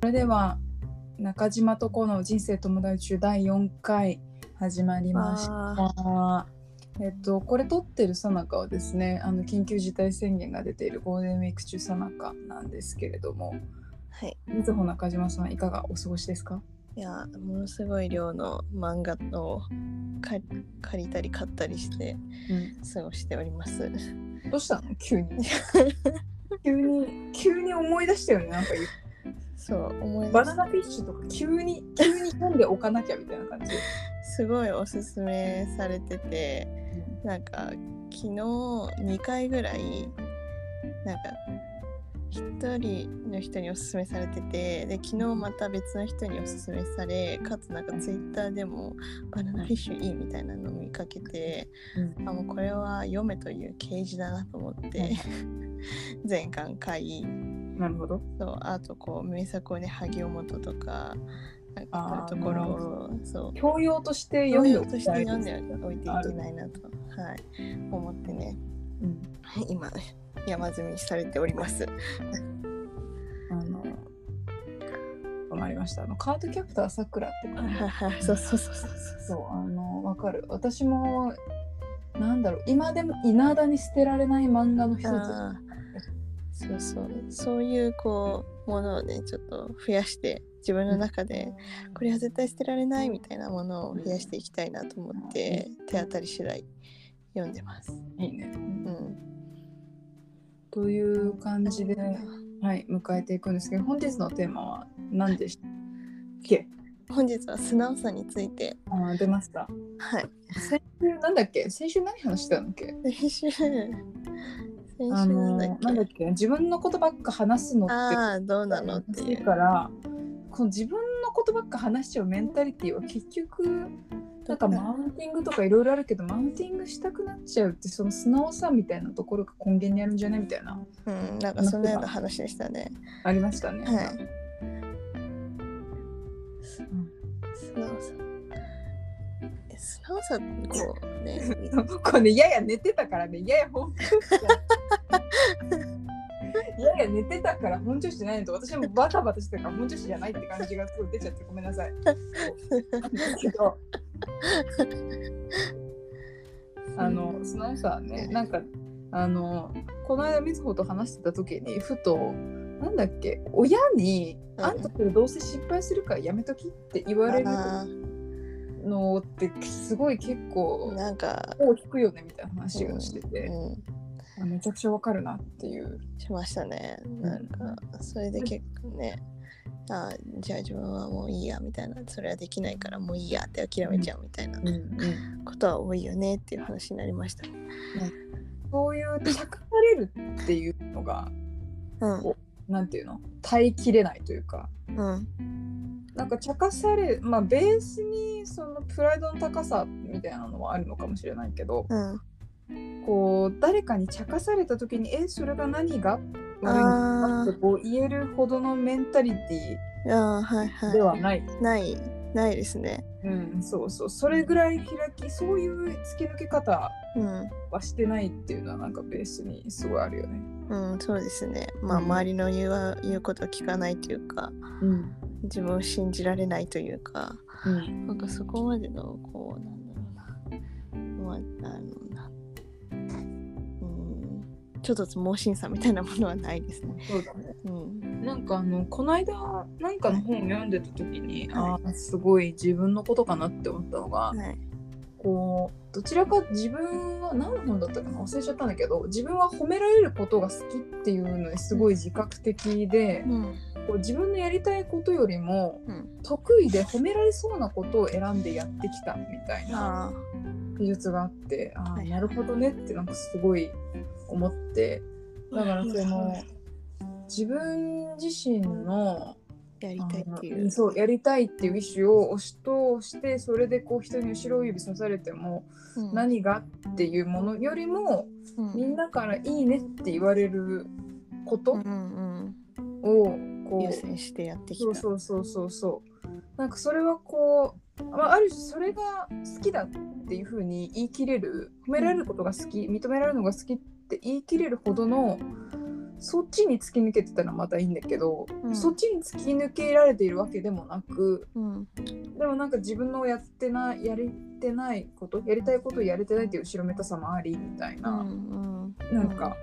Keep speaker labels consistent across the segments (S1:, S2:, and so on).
S1: それでは中島とこの人生友達中第4回始まりました。えっと、これ撮ってるさなかはですねあの緊急事態宣言が出ているゴールデンウィーク中さなかなんですけれども
S2: はい。
S1: みずほ中島さんいかがお過ごしですか
S2: いや、ものすごい量の漫画を借り借りたり買ったりして
S1: うん、
S2: 過ごしております。
S1: どうしたの急に急に急に思い出したよねなんか言う
S2: そう、思い出
S1: バ
S2: し
S1: ナナフィッシュとか急に急に読んでおかなきゃみたいな感じ、
S2: すごいおすすめされてて、なんか昨日2回ぐらい、なんか一人の人におすすめされてて、で、昨日また別の人におすすめされ、かつなんかツイッターでもバナナフィッシュいいみたいなのを見かけて、あもうこれは読めという啓示だなと思って 全巻買い
S1: なるほど
S2: そうあとこう名作をね萩尾本とかなん
S1: あ
S2: か
S1: ー
S2: そういうところをそう
S1: 教養として
S2: 読
S1: 読んで
S2: む
S1: お
S2: と
S1: き
S2: して
S1: たい
S2: 読んでおいていけないなと、はい、思ってね
S1: うん
S2: 今山積みされております
S1: あのわかりましたあのカードキャプターさくらとかね、
S2: そうそうそうそう
S1: そ
S2: そう
S1: うあのわかる私もなんだろう今でもいだに捨てられない漫画の一つ
S2: あーそうそうそういうこうものをねちょっと増やして自分の中でこれは絶対捨てられないみたいなものを増やしていきたいなと思って手当たり次第読んでます。
S1: いいね
S2: うん、
S1: という感じで、はい、迎えていくんですけど本日のテーマは何でしたっけ
S2: 本日は素直さについて、
S1: あー出ました
S2: はい、
S1: 先週なんだっけ先週何話してたんだっけ
S2: 先週先週
S1: あ
S2: なん
S1: の
S2: だっけ、
S1: なんだっけ自分のことばっか話すのって
S2: ああどうなのってい
S1: だ
S2: う
S1: からこの自分のことばっか話しちゃうメンタリティーは結局なんかマウンティングとかいろいろあるけどマウンティングしたくなっちゃうってその素直さみたいなところが根源にあるんじゃないみたいな
S2: うん、なんかそんなような話でしたね。
S1: ありましたね。
S2: はい素直さえ素直さってこうね
S1: これ、ね、やや寝てたからねやや本調子やや寝てたから本調子じゃないのと私もバタバタしてたから本調子じゃないって感じがすごい出ちゃってごめんな さい。なんですけどあのそのさねなんかあのこの間みずほと話してた時にふとなんだっけ親に「
S2: うん
S1: あんたそれどうせ失敗するからやめとき」って言われる
S2: あ
S1: のってすごい結構
S2: ーなんか、
S1: を聞くよねみたいな話をしてて、
S2: うん、
S1: あめちゃくちゃわかるなっていう。
S2: しましたね。なんか、それで結構ね、あーじゃあ自分はもういいやみたいな、それはできないからもういいやって諦めちゃうみたいな
S1: うんうん、
S2: ことは多いよねっていう話になりました。
S1: そういうたかされるっていうのが
S2: うん。
S1: なんていうの耐えきれないというか
S2: うん。
S1: なんか茶化されまあベースにそのプライドの高さみたいなのはあるのかもしれないけど
S2: うん。
S1: こう誰かに茶化された時に「えそれが何が?」悪いのかってこう言えるほどのメンタリテ
S2: ああ、はい
S1: ィで
S2: は
S1: はない
S2: い。ない、ないですね。
S1: うん、そうそうそれぐらい開きそういう突き抜け方
S2: うん。
S1: はしてないっていうのはなんかベースにすごいあるよね。
S2: うん、そうですね。まあ、
S1: うん
S2: 周りの言うは言うことを聞かないというか、
S1: うん、
S2: 自分を信じられないというか、
S1: うん、
S2: なんかそこまでの、こう、なんだろうな。まあ、あの、なうん、ちょっと盲信さみたいなものはないですね。
S1: そうだね。
S2: うん。
S1: なんかあのこの間なんかの本を読んでた時に、
S2: は
S1: ああすごい自分のことかなって思ったのが、
S2: はい。
S1: こうどちらか自分は何の本だったかな忘れちゃったんだけど自分は褒められることが好きっていうのにすごい自覚的で、
S2: うん。
S1: こう自分のやりたいことよりも
S2: うん。
S1: 得意で褒められそうなことを選んでやってきたみたいな。
S2: あ
S1: 技術があってあ
S2: は
S1: あ
S2: い
S1: なるほどねってなんかすごい思ってだからその自分自身の
S2: あ、やりたいってい
S1: あの
S2: う。
S1: そうやりたいっていう意思を押し通してそれでこう人に後ろ指さされても
S2: うん、
S1: 何がっていうものよりも
S2: うん
S1: みんなから「いいね」って言われること
S2: う
S1: を
S2: んうんうん、
S1: こ
S2: 優
S1: う
S2: 先してやってきた。
S1: そうそうそうそうそうなんかそれはこう、まあ、ある種それが好きだっていうふうに言い切れる褒められることが好き認められるのが好きって言い切れるほどのそっちに突き抜けてたらまたいいんだけど、
S2: うん
S1: そっちに突き抜けられているわけでもなく
S2: うん
S1: でもなんか自分のやってないやれてないことやりたいことをやれてないっていう後ろめたさもありみたい
S2: うん
S1: な、
S2: うん
S1: なんか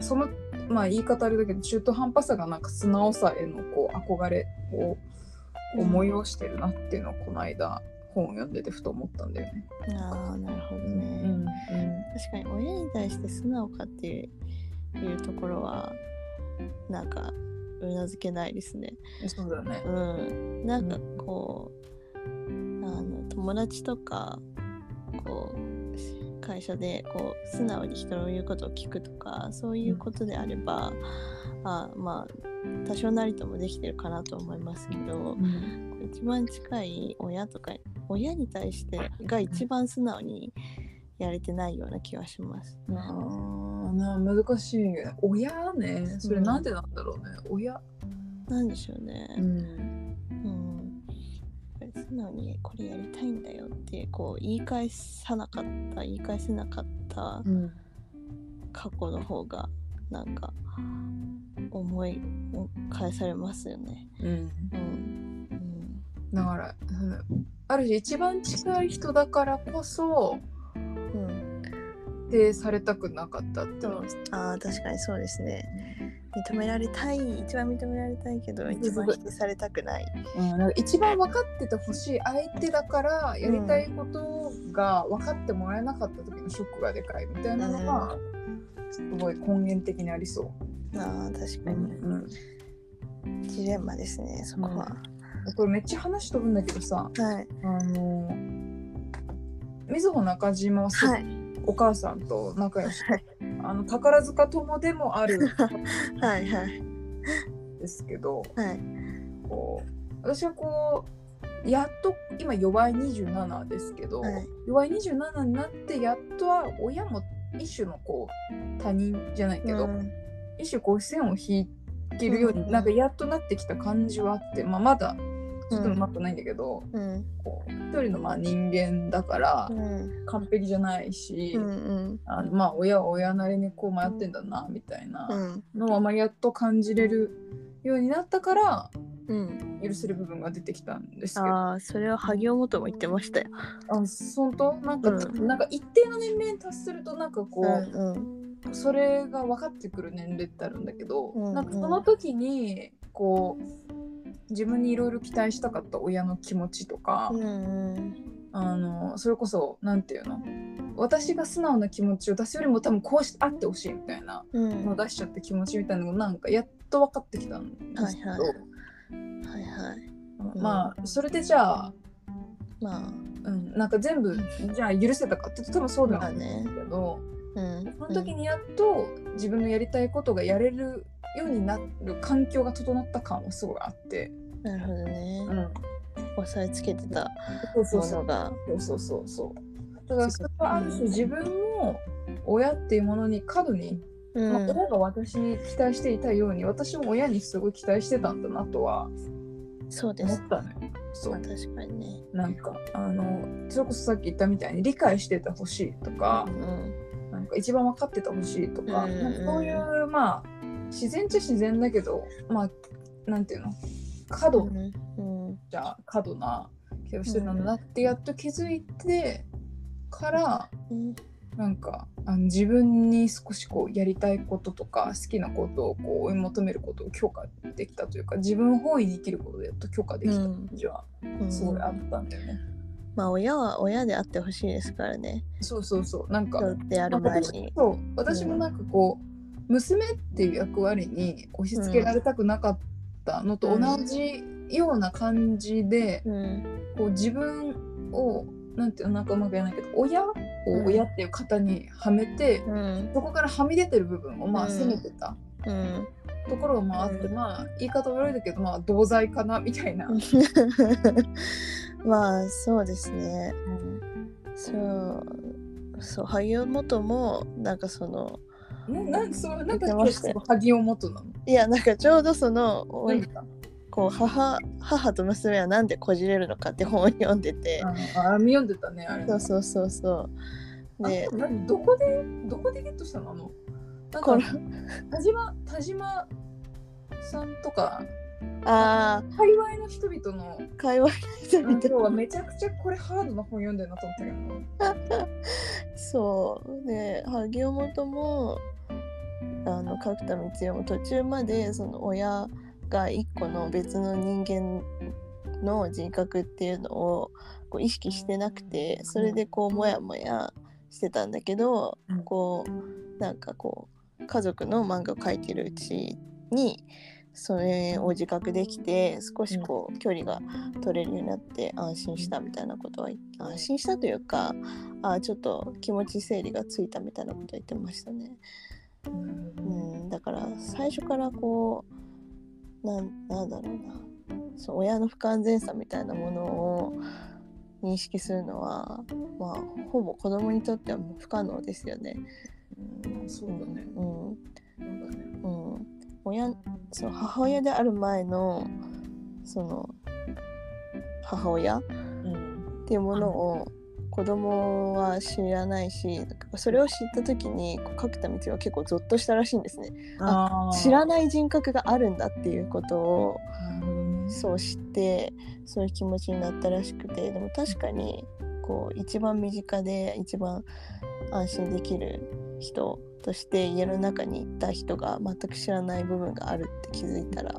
S1: そのまあ言い方あれだけど中途半端さがなんか素直さへのこう憧れを思いをしてるなっていうのをこの間本を読んでてふと思ったんだよね。
S2: ああなるほど
S1: う
S2: ね、確かに親に対して素直かっていういうところはなんかうなずけないですね。
S1: そうだね。
S2: うん、なんかこう、あの友達とかこう会社でこう素直に人の言うことを聞くとかそういうことであれば、あまあ多少なりともできてるかなと思いますけど
S1: うん
S2: 一番近い親とか親に対してが一番素直にやれてないような気がします。
S1: あーな難しいね親ねそれなんでなんだろうね、親、
S2: なんでしょうね。
S1: ん、
S2: うん、やっぱり素直にこれやりたいんだよってこう言い返さなかった言い返せなかった
S1: うん
S2: 過去の方がなんか思い返されますよね。うん
S1: だからそのある種一番近い人だからこそ
S2: うんうん、
S1: でされたくなかったっていうのは
S2: あー確かにそうですね。認められたい一番認められたいけど一番否定されたくない。
S1: うん、なんか一番分かっててほしい相手だからやりたいことが分かってもらえなかった時のショックがでかいみたいなのがすごい根源的にありそ
S2: あー確
S1: う、
S2: かに
S1: うん
S2: ジレンマですねそこは。
S1: これめっちゃ話飛ぶんだけどさ
S2: はい
S1: あのみずほ中島はすごい
S2: はい
S1: お母さんと仲良し、
S2: はい
S1: あの宝塚友でもあるん
S2: はいはい
S1: ですけど
S2: はい
S1: こう私はこうやっと今弱い27ですけど、
S2: はい
S1: 弱い27になってやっとは親も一種のこう他人じゃないけど、
S2: うん
S1: 一種こう線を引けるよう
S2: うん
S1: になんかやっとなってきた感じはあって、まあ、まだちょっとうまくないんだけど、
S2: うん
S1: こう一人のまあ人間だから
S2: うん
S1: 完璧じゃないし。
S2: うんうん
S1: あのまあ親は親なりにこう迷ってんだなみたいな
S2: うん
S1: のをあまりやっと感じれるようになったから
S2: うん、
S1: 許せる部分が出てきたんですけどあ
S2: ああそれは萩尾元も言ってましたよ。
S1: 本当なんか、
S2: うん
S1: なんか一定の年齢に達するとなんかこう、
S2: ん
S1: それが分かってくる年齢ってあるんだけど、
S2: うんうん
S1: なんかその時にこう自分にいろいろ期待したかった親の気持ちとか、
S2: うんうん
S1: あのそれこそ何て言うの私が素直な気持ちを出すよりも多分こうしあってほしいみたいな
S2: うん
S1: もう出しちゃった気持ちみたいなのがなんかやっと分かってきたんですけど、
S2: はいはいはいい
S1: まあそれでじゃあ、
S2: まあ
S1: うん、なんか全部じゃあ許せたかって言うと多分そうではないんですけど、
S2: うん
S1: その時にやっと自分のやりたいことがやれるようになる環境が整った感はすごいあって、
S2: うんなるほどね、
S1: ん、
S2: 押さえつけてた
S1: そうそう
S2: も
S1: そう
S2: のが
S1: そうそうそうそうだからそれはある種自分も親っていうものに過度に、
S2: う
S1: まあ、
S2: ん
S1: 親が私に期待していたように私も親にすごい期待してたんだなとは
S2: そうで
S1: 思
S2: す
S1: ったね。そう
S2: まあ確かにね
S1: なんかあのそれこそさっき言ったみたいに理解しててほしいとか
S2: う、ん
S1: なんか一番分かっててほしいとか,、
S2: うん
S1: なんかそういうまあ自然っちゃ自然だけどまあなんていうの過
S2: う
S1: 度
S2: んうん
S1: じゃ過度な気をしてたんだなってやっと気づいてから
S2: うん
S1: なんかあの自分に少しこうやりたいこととか好きなことをこう追い求めることを許可できたというか自分本位に生きることでやっと許可できた感じは
S2: うん
S1: すごいあったんだよね。
S2: まあ親は親であってほしいですからね
S1: そうそうそうなんか
S2: 人である前に
S1: そう私もなんかこう、娘っていう役割に押し付けられたくなかったのと同じような感じで、
S2: うん
S1: こう自分をなんていうのなんかうまく言えないけど親を親っていう型にはめて、
S2: うん
S1: そこからはみ出てる部分をま
S2: う
S1: あ
S2: ん
S1: 責めてた
S2: うん
S1: ところもあって、
S2: うん
S1: まあ言い方悪いんだけどまあ同罪かなみたいな。
S2: まあそうですねそうそう萩尾元もなんかその
S1: ななんかそうなんか
S2: 言ってましたよ
S1: 萩尾元なの。
S2: いやなんかちょうどそのおい
S1: 何か
S2: こう母母と娘はなんでこじれるのかって本を読んでて
S1: あのあ見読んでたねあれ。
S2: そうそうそうそうで
S1: あどこでどこでゲットしたのあのなんか
S2: この
S1: 田島田島さんとか
S2: あ
S1: 界隈の人々の
S2: あ会話してみ
S1: 今
S2: て
S1: 日はめちゃくちゃこれハードな本読んでるなと思ったけど
S2: そうで萩尾本もあの角田光代も途中までその親が一個の別の人間の人格っていうのをこう意識してなくてそれでこうモヤモヤしてたんだけど、
S1: うん
S2: こうなんかこう家族の漫画を描いてるうちにそれを自覚できて少しこう距離が取れるようになって安心したみたいなことは言って安心したというかあちょっと気持ち整理がついたみたいなこと言ってましたね。うん、だから最初からこうなんなんだろうなそう親の不完全さみたいなものを認識するのは、まあ、ほぼ子供にとってはもう不可能ですよね。
S1: うんそうだね
S2: うん
S1: そうだね
S2: うん、親そう母親である前のその母親っていうものを子供は知らないしなんかそれを知った時にこう角田光代は結構ゾッとしたらしいんですね
S1: あー
S2: 知らない人格があるんだっていうことを
S1: なるほどね
S2: そう知ってそういう気持ちになったらしくてでも確かにこう一番身近で一番安心できる人として家の中にいた人が全く知らない部分があるって気づいたら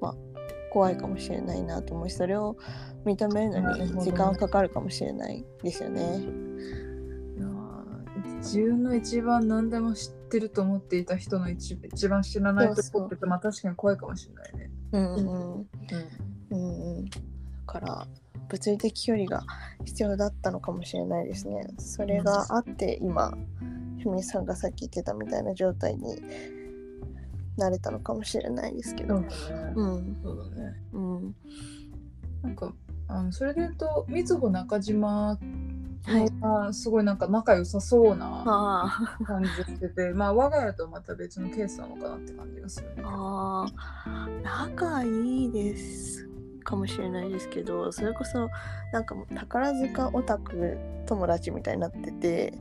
S2: まあ怖いかもしれないなと思うしそれを認めるの
S1: なるほど
S2: に
S1: ね
S2: 時間はかかるかもしれないですよね。
S1: いやー自分の一番何でも知ってると思っていた人の一一番知らないと
S2: そうそ
S1: 思
S2: う
S1: っててまあ確かに怖いかもしれないね。
S2: うんうんうんうん、だから物理的距離が必要だったのかもしれないですね。それがあって今ひみさんがさっき言ってたみたいな状態になれたのかもしれないですけど。うん
S1: そうだね。
S2: うん
S1: なんかあのそれで言うとみずほ中島
S2: はい、
S1: がすごいなんか仲良さそうな
S2: あ
S1: 感じしてて、まあ我が家とはまた別のケースなのかなって感じがするね。
S2: あー仲いいですかもしれないですけどそれこそなんかもう宝塚オタク友達みたいになってて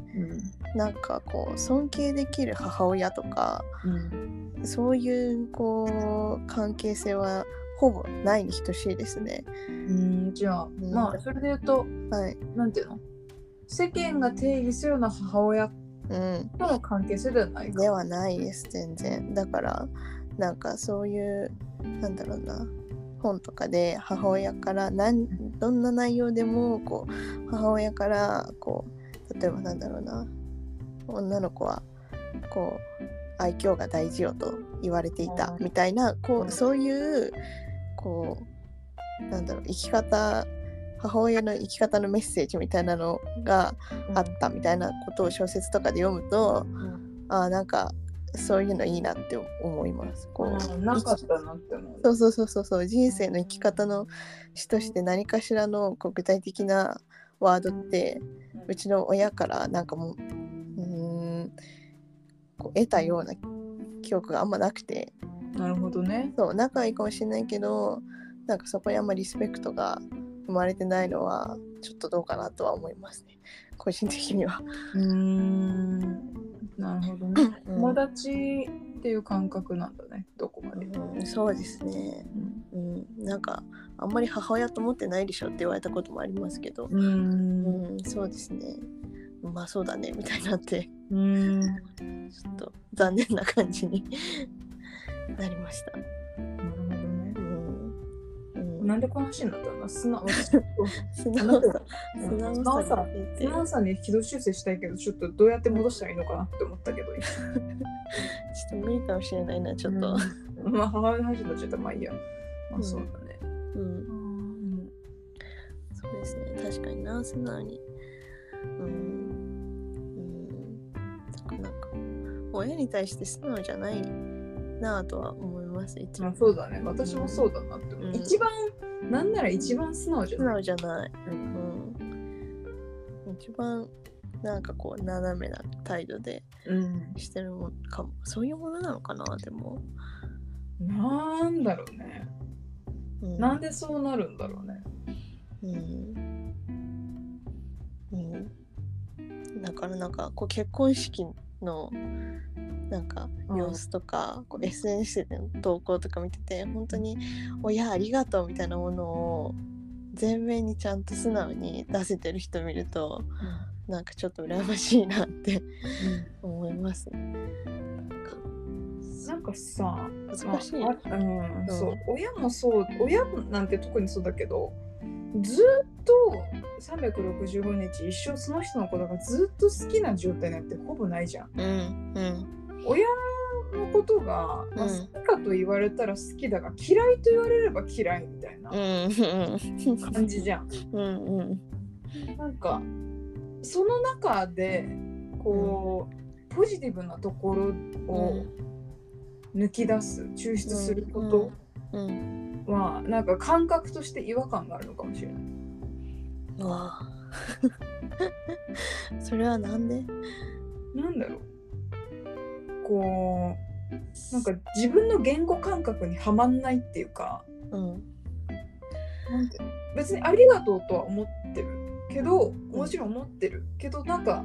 S2: なんかこう尊敬できる母親とか
S1: うん。
S2: そういうこう関係性はほぼないに等しいですね。
S1: うん、じゃあ、
S2: ん
S1: まあそれで言うと
S2: はい。
S1: なんていうの世間が定義するような母親
S2: うん。
S1: との関係性ではないか。
S2: ではないです全然。だからなんかそういうなんだろうな本とかで母親から何どんな内容でもこう母親からこう例えばなんだろうな女の子はこう愛嬌が大事よと言われていた
S1: うん
S2: みたいなこ
S1: うん
S2: うそういうこうなんだろう生き方母親の生き方のメッセージみたいなのがあったみたいなことを小説とかで読むと、
S1: うん
S2: あーなんかそういうのいいなって思います。こう
S1: うんなかったなって思う。
S2: そうそうそうそうそう人生の生き方の詩として何かしらのこう具体的なワードってうちの親からなんかもううーんこう得たような記憶があんまなくて
S1: なるほどね。
S2: そう仲はいいかもしれないけどなんかそこにあんまリスペクトが生まれてないのはちょっとどうかなとは思いますね個人的には。
S1: うーん。なるほどね。
S2: うん
S1: 友達っていう感覚なんだね。どこまで。
S2: うん、そうですね、うん、なんかあんまり母親と思ってないでしょって言われたこともありますけど、
S1: うーん。
S2: うん、そうですねまあそうだねみたいになって
S1: うーん。な
S2: ちょっと残念な感じに なりました。
S1: るほどね
S2: う。んうん
S1: なんでこの話になったんだ。素直。
S2: 素直さ
S1: う
S2: 素
S1: ん素直
S2: 直さ
S1: さ
S2: が出
S1: 素
S2: て
S1: 直さに軌道修正したいけど、ちょっとどうやって戻したらいいのかなって思ったけど。
S2: ちょっと無理かもしれないなちょっと、
S1: うん。まあ、母親の話になっちゃった、まあ、いいや。ま
S2: う
S1: あ、
S2: ん
S1: そうだね。
S2: うん
S1: うん。
S2: そうですね、確かにな、素直に。うん。うん。なんか、なんか、親に対して素直じゃないなぁとは思います、一
S1: まあ、
S2: 番。
S1: そうだね。私もそうだなって思う。
S2: うん
S1: 一番、なんなら一番素直じゃ
S2: 素
S1: ない。
S2: 直じゃない。
S1: う
S2: うんん。一番、なんかこう、斜めな態度で
S1: うん。
S2: してるもんかも。そういうものなのかな、でも。
S1: なんだろうね。
S2: うん。
S1: なんでそうなるんだろうね。
S2: うん。うん。だからなんかこう結婚式のなんか
S1: うん
S2: 様子とか、こう SNS での投稿とか見てて本当に「親ありがとう」みたいなものを全面にちゃんと素直に出せてる人見るとなんかちょっと羨ましいなって思いますね。
S1: なんかさ、
S2: 難しい
S1: まああうん
S2: うん
S1: そう親もそう親なんて特にそうだけどずっと365日一生その人のことがずっと好きな状態なんてほぼないじゃん。
S2: うんうん
S1: 親のことが、まあ、
S2: うん
S1: 好きかと言われたら好きだが、嫌いと言われれば嫌いみたいな
S2: うん
S1: 感じじゃん。
S2: うんうん
S1: なんかその中でこうポジティブなところを抜き出す抽出すること
S2: うんうん
S1: はなんか感覚として違和感があるのかもしれない。
S2: うわあ それはなんで
S1: なんだろうこうなんか自分の言語感覚にはまんないっていうか
S2: うん
S1: なんていうの別にありがとうとは思ってるけどもちろん思ってるけどなんか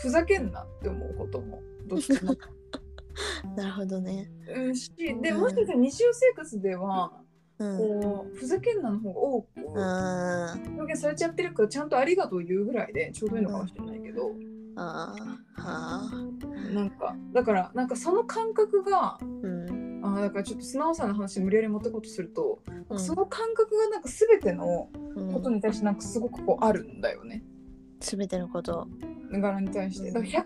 S1: ふざけんなって思うこともどっちも
S2: なるほどね。
S1: うんしでもしかしたら日常生活では
S2: うん
S1: こうふざけんなの方が多く
S2: あ
S1: 表現されちゃってるからちゃんとありがとう言うぐらいでちょうどいいのかもしれないけど
S2: あああはあ
S1: なんかだからなんかその感覚が
S2: うん
S1: あーだからちょっと素直さの話に無理やり持ってこうとすると、
S2: うん
S1: その感覚がなんか全ての
S2: うん
S1: ことに対してなんかすごくこうあるんだよね。
S2: 全てのこと
S1: 柄に対して
S2: うん
S1: だから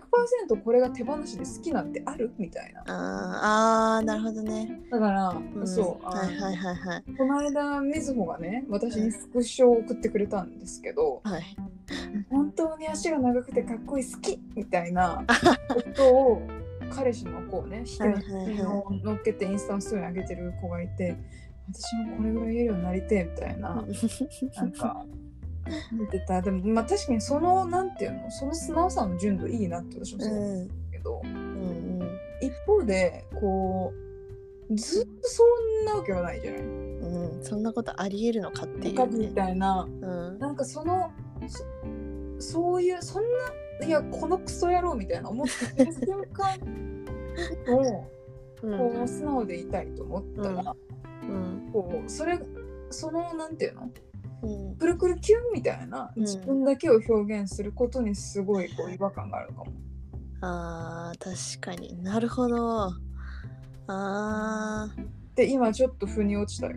S1: 100%これが手放しで好きなんてあるみたいな
S2: あーあーなるほどね、
S1: だから、
S2: うん、
S1: そうあの
S2: はいはいはいはい
S1: この間みずほがね私にスクショを送ってくれたんですけど
S2: はい
S1: 「本当に足が長くてかっこいい好き!」みたい なことを彼氏の子をね引き
S2: はい
S1: の
S2: はいは
S1: 乗っけてインスタのストーリーに上げてる子がいて私もこれぐらい言えるようになりてえみたいな。なん か見てたでもまあ確かにそのなんていうのその素直さの純度いいなって私も
S2: う
S1: そう思うんだ
S2: ん
S1: けど、
S2: うん
S1: 一方でこうずっとそんなわけはないじゃない
S2: うんうんそんなことありえるのかってい
S1: か
S2: う、
S1: み
S2: ね、
S1: たいな
S2: うん
S1: なんかそのそそういうそんないやこのクソ野郎みたいな思ってる瞬間を
S2: う
S1: こ
S2: ん
S1: う素直でいたいと思ったら、
S2: うん
S1: こうそれそのなんていうの
S2: うん
S1: くるくるキュンみたいな
S2: うん
S1: 自分だけを表現することにすごいこう違和感があるかも。
S2: あー確かになるほどあー
S1: で今ちょっと腑に落ちたよ。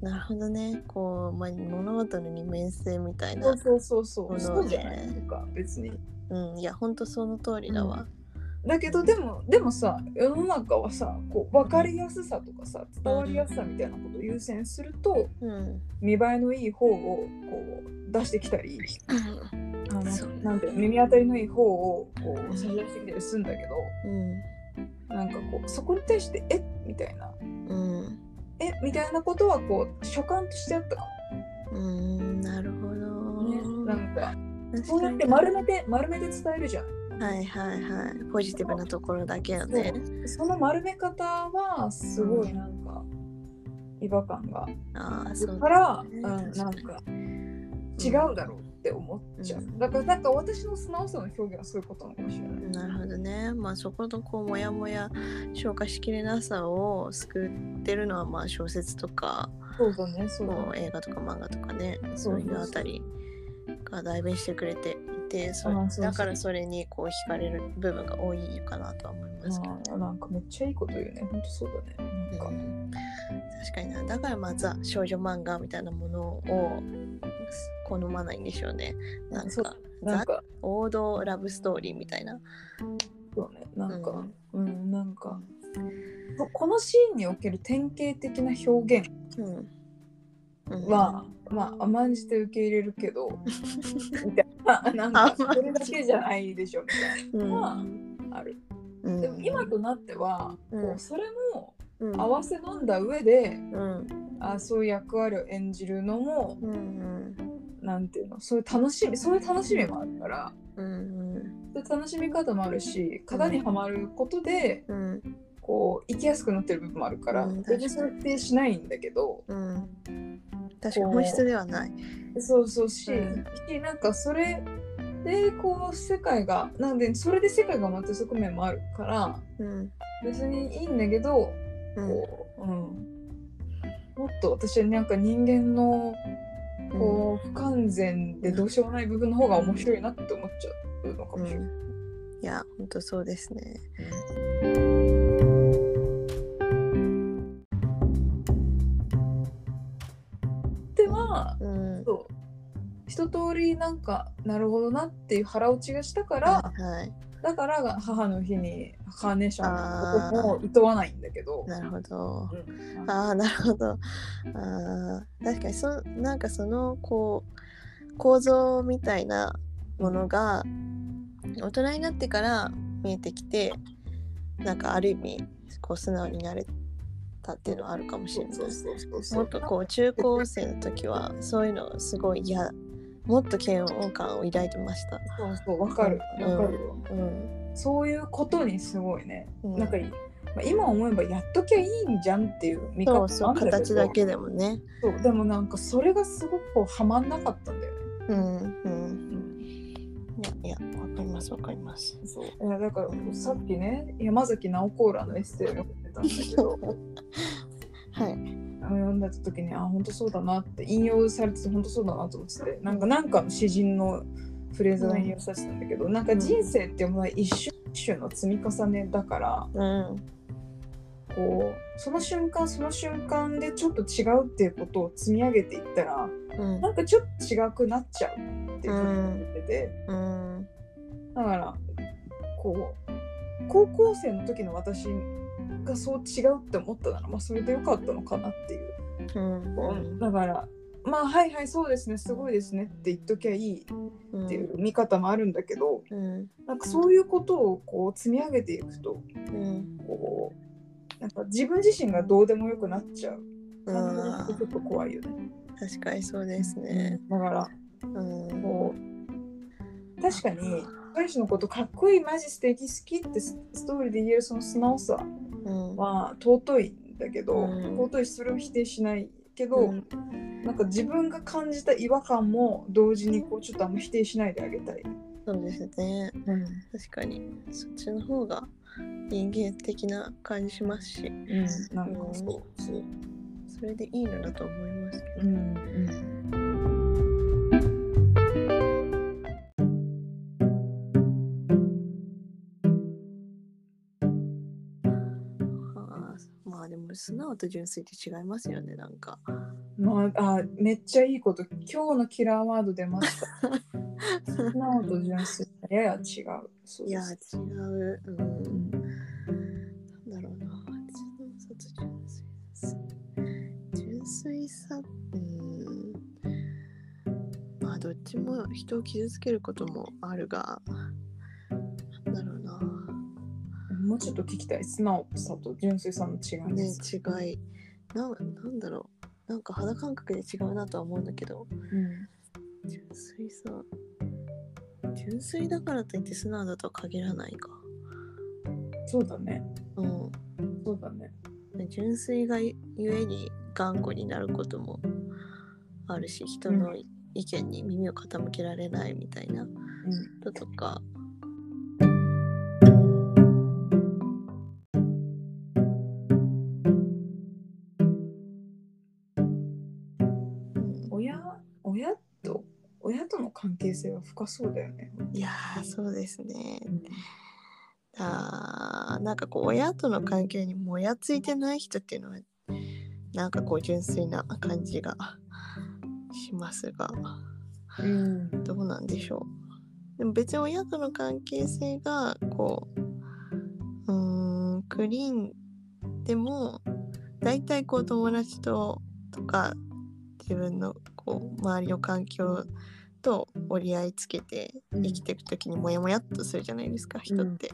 S2: なるほどねこう、まあ、物事の二面性みたい
S1: そ
S2: な
S1: うそうそうそう。
S2: そうだ
S1: そ
S2: ね
S1: うじゃないなんか別に。
S2: うんいやほんとその通りだわ、
S1: だけどでもでもさ世の中はさこう分かりやすさとかさ伝わりやすさみたいなことを優先すると
S2: うん
S1: 見栄えのいい方をこう出してきたりあの
S2: そう
S1: なんていうの耳当たりのいい方をこう差し出してきたりするんだけ
S2: うん
S1: どなんかこうそこに対して「えみたいな
S2: うん
S1: 「えみたいなことはこう所感としてあったか
S2: うんなるほ
S1: もね
S2: ど、
S1: なんか
S2: 確
S1: そう
S2: か
S1: やっ
S2: に
S1: て丸めて丸めて伝えるじゃん。
S2: はいはいはいポジティブなところだけよね
S1: そうその丸め方はすごいなんか違和感が
S2: ああそう
S1: だから、
S2: ね
S1: うん、なん
S2: 確かに
S1: か違うだろうって思っちゃう、
S2: うん
S1: だからなんか私の素直さの表現はそういうことなのかもしれない、
S2: なるほどねまあそことこうモヤモヤ消化しきれなさを救ってるのはまあ小説とか
S1: そうだねそうだ
S2: こ
S1: ね
S2: う映画とか漫画とかね
S1: そ
S2: そうう
S1: そう
S2: い
S1: そう
S2: うあたりが代弁してくれていてそ
S1: ああそうそう
S2: だからそれにこう惹かれる部分が多いかなとは思いますけど。
S1: あーなんかめっちゃいいこと言うね本当そうだねなんか、
S2: うん確かになだからまずは少女漫画みたいなものを好まないんでしょうねなん
S1: そう
S2: か
S1: なんか
S2: 王道ラブストーリーみたいな
S1: そうねなんか
S2: うん
S1: うん、なんかここのシーンにおける典型的な表現
S2: うん、うん
S1: は、まあ甘んじて受け入れるけど みたいななん か
S2: 甘んじて
S1: それだけじゃないでしょみたい
S2: うん
S1: まなある
S2: うん
S1: でも今となっては、
S2: うん
S1: こうそれも
S2: うん
S1: 合わせ飲んだ上で
S2: うん
S1: あそういう役割を演じるのも
S2: うん
S1: なんていうのそういう楽しみそういう楽しみもあるから
S2: うん
S1: そういう楽しみ方もあるし型にはまることで
S2: うん
S1: こう生きやすくなってる部分もあるから
S2: うん
S1: 別にそれってしないんだけど
S2: うん確かに本質ではない
S1: そうそうし、
S2: うん
S1: しなんかそれでこう世界がなんでそれで世界が回ってる側面もあるから
S2: うん
S1: 別にいいんだけど
S2: うん
S1: こう、うん、もっと私はなんか人間のこう不完全でどうしようもない部分の方が面白いなって思っちゃうのか
S2: う
S1: もしれない。
S2: んいや本当そうですね
S1: でまあ
S2: うん
S1: そう一通りなんかなるほどなっていう腹落ちがしたから、
S2: はい
S1: だから母の日にカーネーショ
S2: あ
S1: ン
S2: ー
S1: のことも厭わないんだけど。
S2: なるほど
S1: うん
S2: ああなるほどあー確かにそなんかそのこう構造みたいなものが大人になってから見えてきてなんかある意味こう素直になれたっていうのはあるかもしれないです
S1: そうそうそ
S2: も
S1: う
S2: っとこう中高生の時はそういうのすごい嫌もっと嫌悪感を抱いてました
S1: そうそうわかる
S2: うん
S1: わかるよ、
S2: うん
S1: そういうことにすごいね、
S2: うん
S1: なんかいまあ今思えばやっときゃいいんじゃんっていう見方
S2: そ
S1: も
S2: うそう
S1: あるんだけ
S2: 形
S1: ど
S2: だけでもね
S1: そうでもなんかそれがすごくこうはまんなかったんだよね
S2: うんうんいやいやわかりますわかります
S1: そういやだからさっきね山崎直子らのエッセイを読んでたんだけど
S2: はい
S1: あの読んだ時にあ本当そうだなって引用されてて本当そうだなと思っててなんかなんかの詩人のフレーズが引用させてたんだけど、なんか人生っていうものは一瞬一瞬の積み重ねだから
S2: うん
S1: こうその瞬間その瞬間でちょっと違うっていうことを積み上げていったら
S2: うん
S1: なんかちょっと違くなっちゃうっていうふうに思ってて。
S2: うん
S1: だからこう高校生の時の私がそう違うって思ったなら、まあ、それでよかったのかなっていう、
S2: うん
S1: だからまあはいはいそうですねすごいですねって言っときゃいいっていう見方もあるんだけど
S2: うん
S1: なんかそういうことをこう積み上げていくと
S2: うん
S1: こうなんか自分自身がどうでもよくなっちゃう感じが
S2: あ
S1: してちょっと怖いよね
S2: 確かにそうですね
S1: だから
S2: うん
S1: こう確かに彼氏のことかっこいいマジ素敵好きってスストーリーで言えるその素直さ
S2: うん
S1: は尊いんだけど、
S2: うん
S1: 尊いしそれを否定しないけど、
S2: うん
S1: なんか自分が感じた違和感も同時にこうちょっとあんま否定しないであげたい。
S2: そうですね
S1: うん
S2: 確かにそっちの方が人間的な感じしますし
S1: なんかそうそう、
S2: それでいいのだと思いますけど
S1: うん
S2: あーまあでも素直と純粋って違いますよねなんか
S1: まあ、あめっちゃいいこと今日のキラーワード出ました。素直と純粋やや違う。そう
S2: い
S1: で
S2: や
S1: す
S2: 違ううんなんだろうな純粋さと純粋さ純粋さうんまあどっちも人を傷つけることもあるがなんだろうな
S1: もうちょっと聞きたい素直さと純粋さの違いで
S2: ね
S1: す。
S2: 違いななんだろうなんか肌感覚で違うなとは思うんだけど
S1: うん
S2: 純粋さ純粋だからといって素直だとは限らないか
S1: そうだね。
S2: うん
S1: そうだね。
S2: 純粋がゆゆえに頑固になることもあるし人のい意見に耳を傾けられないみたいなこととか、うん
S1: 親親と親との関係性は深そうだよね。
S2: いやーそうですねあーなんかこう親との関係にもやついてない人っていうのはなんかこう純粋な感じがしますが
S1: うん、
S2: どうなんでしょうでも別に親との関係性がこううーんクリーンでも大体こう友達ととか自分のこう周りの環境と折り合いつけて
S1: うん
S2: 生きていく時にモヤモヤっとするじゃないですか人って。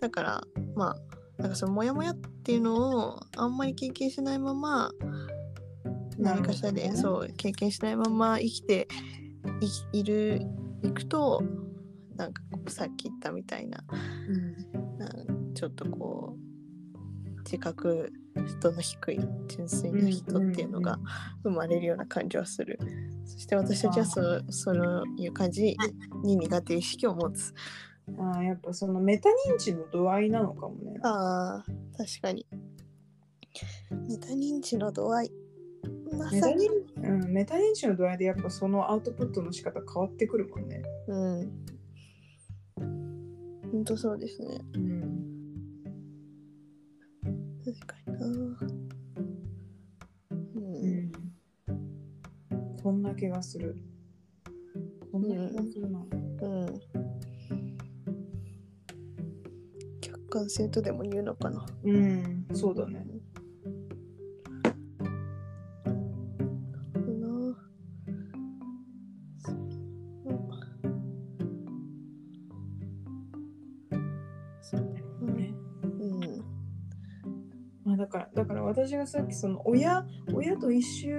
S2: だからまあなんかそのモヤモヤっていうのをあんまり経験しないまま
S1: なるほど
S2: 何
S1: ね
S2: かしらで、そう経験しないまま生きていいるいくとなんかこうさっき言ったみたいな
S1: うん
S2: なんちょっとこう自覚度の低い純粋な人っていうのが生まれるような感じはする、そして私たちはそそういう感じに苦手意識を持つ
S1: あーやっぱそのメタ認知の度合いなのかもね。
S2: あー確かにメタ認知の度合いま
S1: メタ
S2: さに
S1: 認うん、メタ認知の度合いでやっぱそのアウトプットの仕方変わってくるもんね。
S2: うん本当そうですね
S1: うん、
S2: 確かになうん、
S1: うん、そんな気がする。そんな気がするな。
S2: うん。客観性とでも言うのかな。
S1: うん、そうだね。
S2: かな。そううん
S1: ね
S2: うん。
S1: まあ、だからだから私がさっきその親親と一周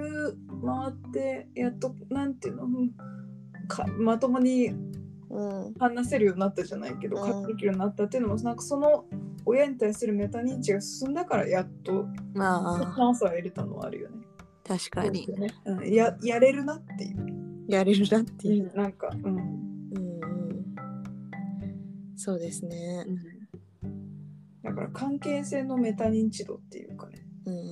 S1: 回ってやっとなんていうのうんかまともに
S2: うん。
S1: 話せるようになったじゃないけど
S2: うん
S1: 活動できるようになったっていうのもなんかその親に対するメタ認知が進んだからやっと
S2: まあ、
S1: 感想を得れたのはあるよね。
S2: 確かに。
S1: うん、ややれるなっていう、
S2: やれるなっていう。
S1: なんか、うん、
S2: うんうん。そうですね。
S1: だから関係性のメタ認知度っていうかね
S2: うんうんうん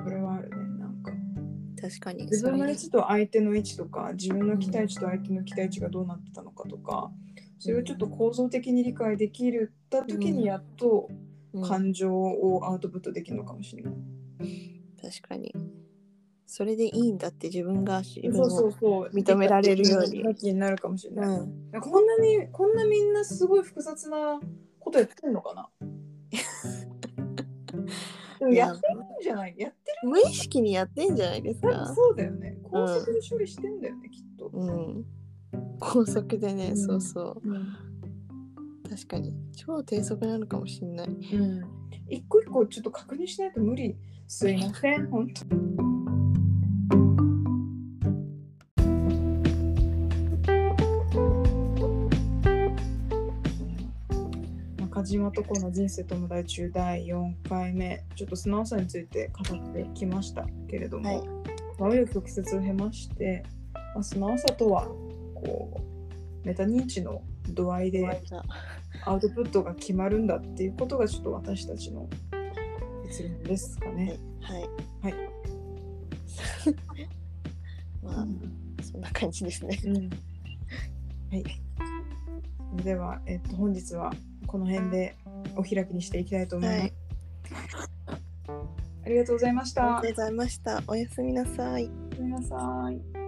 S2: う
S1: これはあるねなんか
S2: ん。確かに。
S1: 自分の位
S2: それ
S1: 置と相手の位置とか自分の期待値と相手の期待値がどうなってたのかとかそれをちょっと構造的に理解できるた時にやっと
S2: うん
S1: 感情をアウトプットできるのかもしれない。
S2: 確かに。それでいいんだって自分が自分
S1: そうそ
S2: を
S1: うそう
S2: 認められるように
S1: 自分の気になるかもしれない。
S2: うん
S1: なんかこんなにこんなみんなすごい複雑なことやってんのか なでも
S2: い
S1: や
S2: や
S1: ってるんじゃないやって
S2: 無意識にやってんじゃないです
S1: る多分
S2: か。
S1: そうだよね。高速で処理してんだよね、きっと。
S2: うん。高速でね、
S1: うん
S2: そうそう
S1: うん
S2: う。確かに。超低速なのかもしれない。
S1: うん、一個一個ちょっと確認しないと無理すいません本当中島とこの人生友達中第4回目ちょっと素直さについて語ってきましたけれども、
S2: はい
S1: まあ紆余曲折を経まして、まあ、素直さとはこうメタ認知の度合いで、アウトプットが決まるんだっていうことがちょっと私たちの結論ですかね。
S2: はい。
S1: はい。
S2: まあ、そんな感じですね。
S1: うんはい、それでは、えっと、本日はこの辺でお開きにしていきたいと思います。
S2: はい。
S1: ありがとうございまし
S2: ありが
S1: た。
S2: とうございました。おやすみなさい。
S1: ごめんなさい。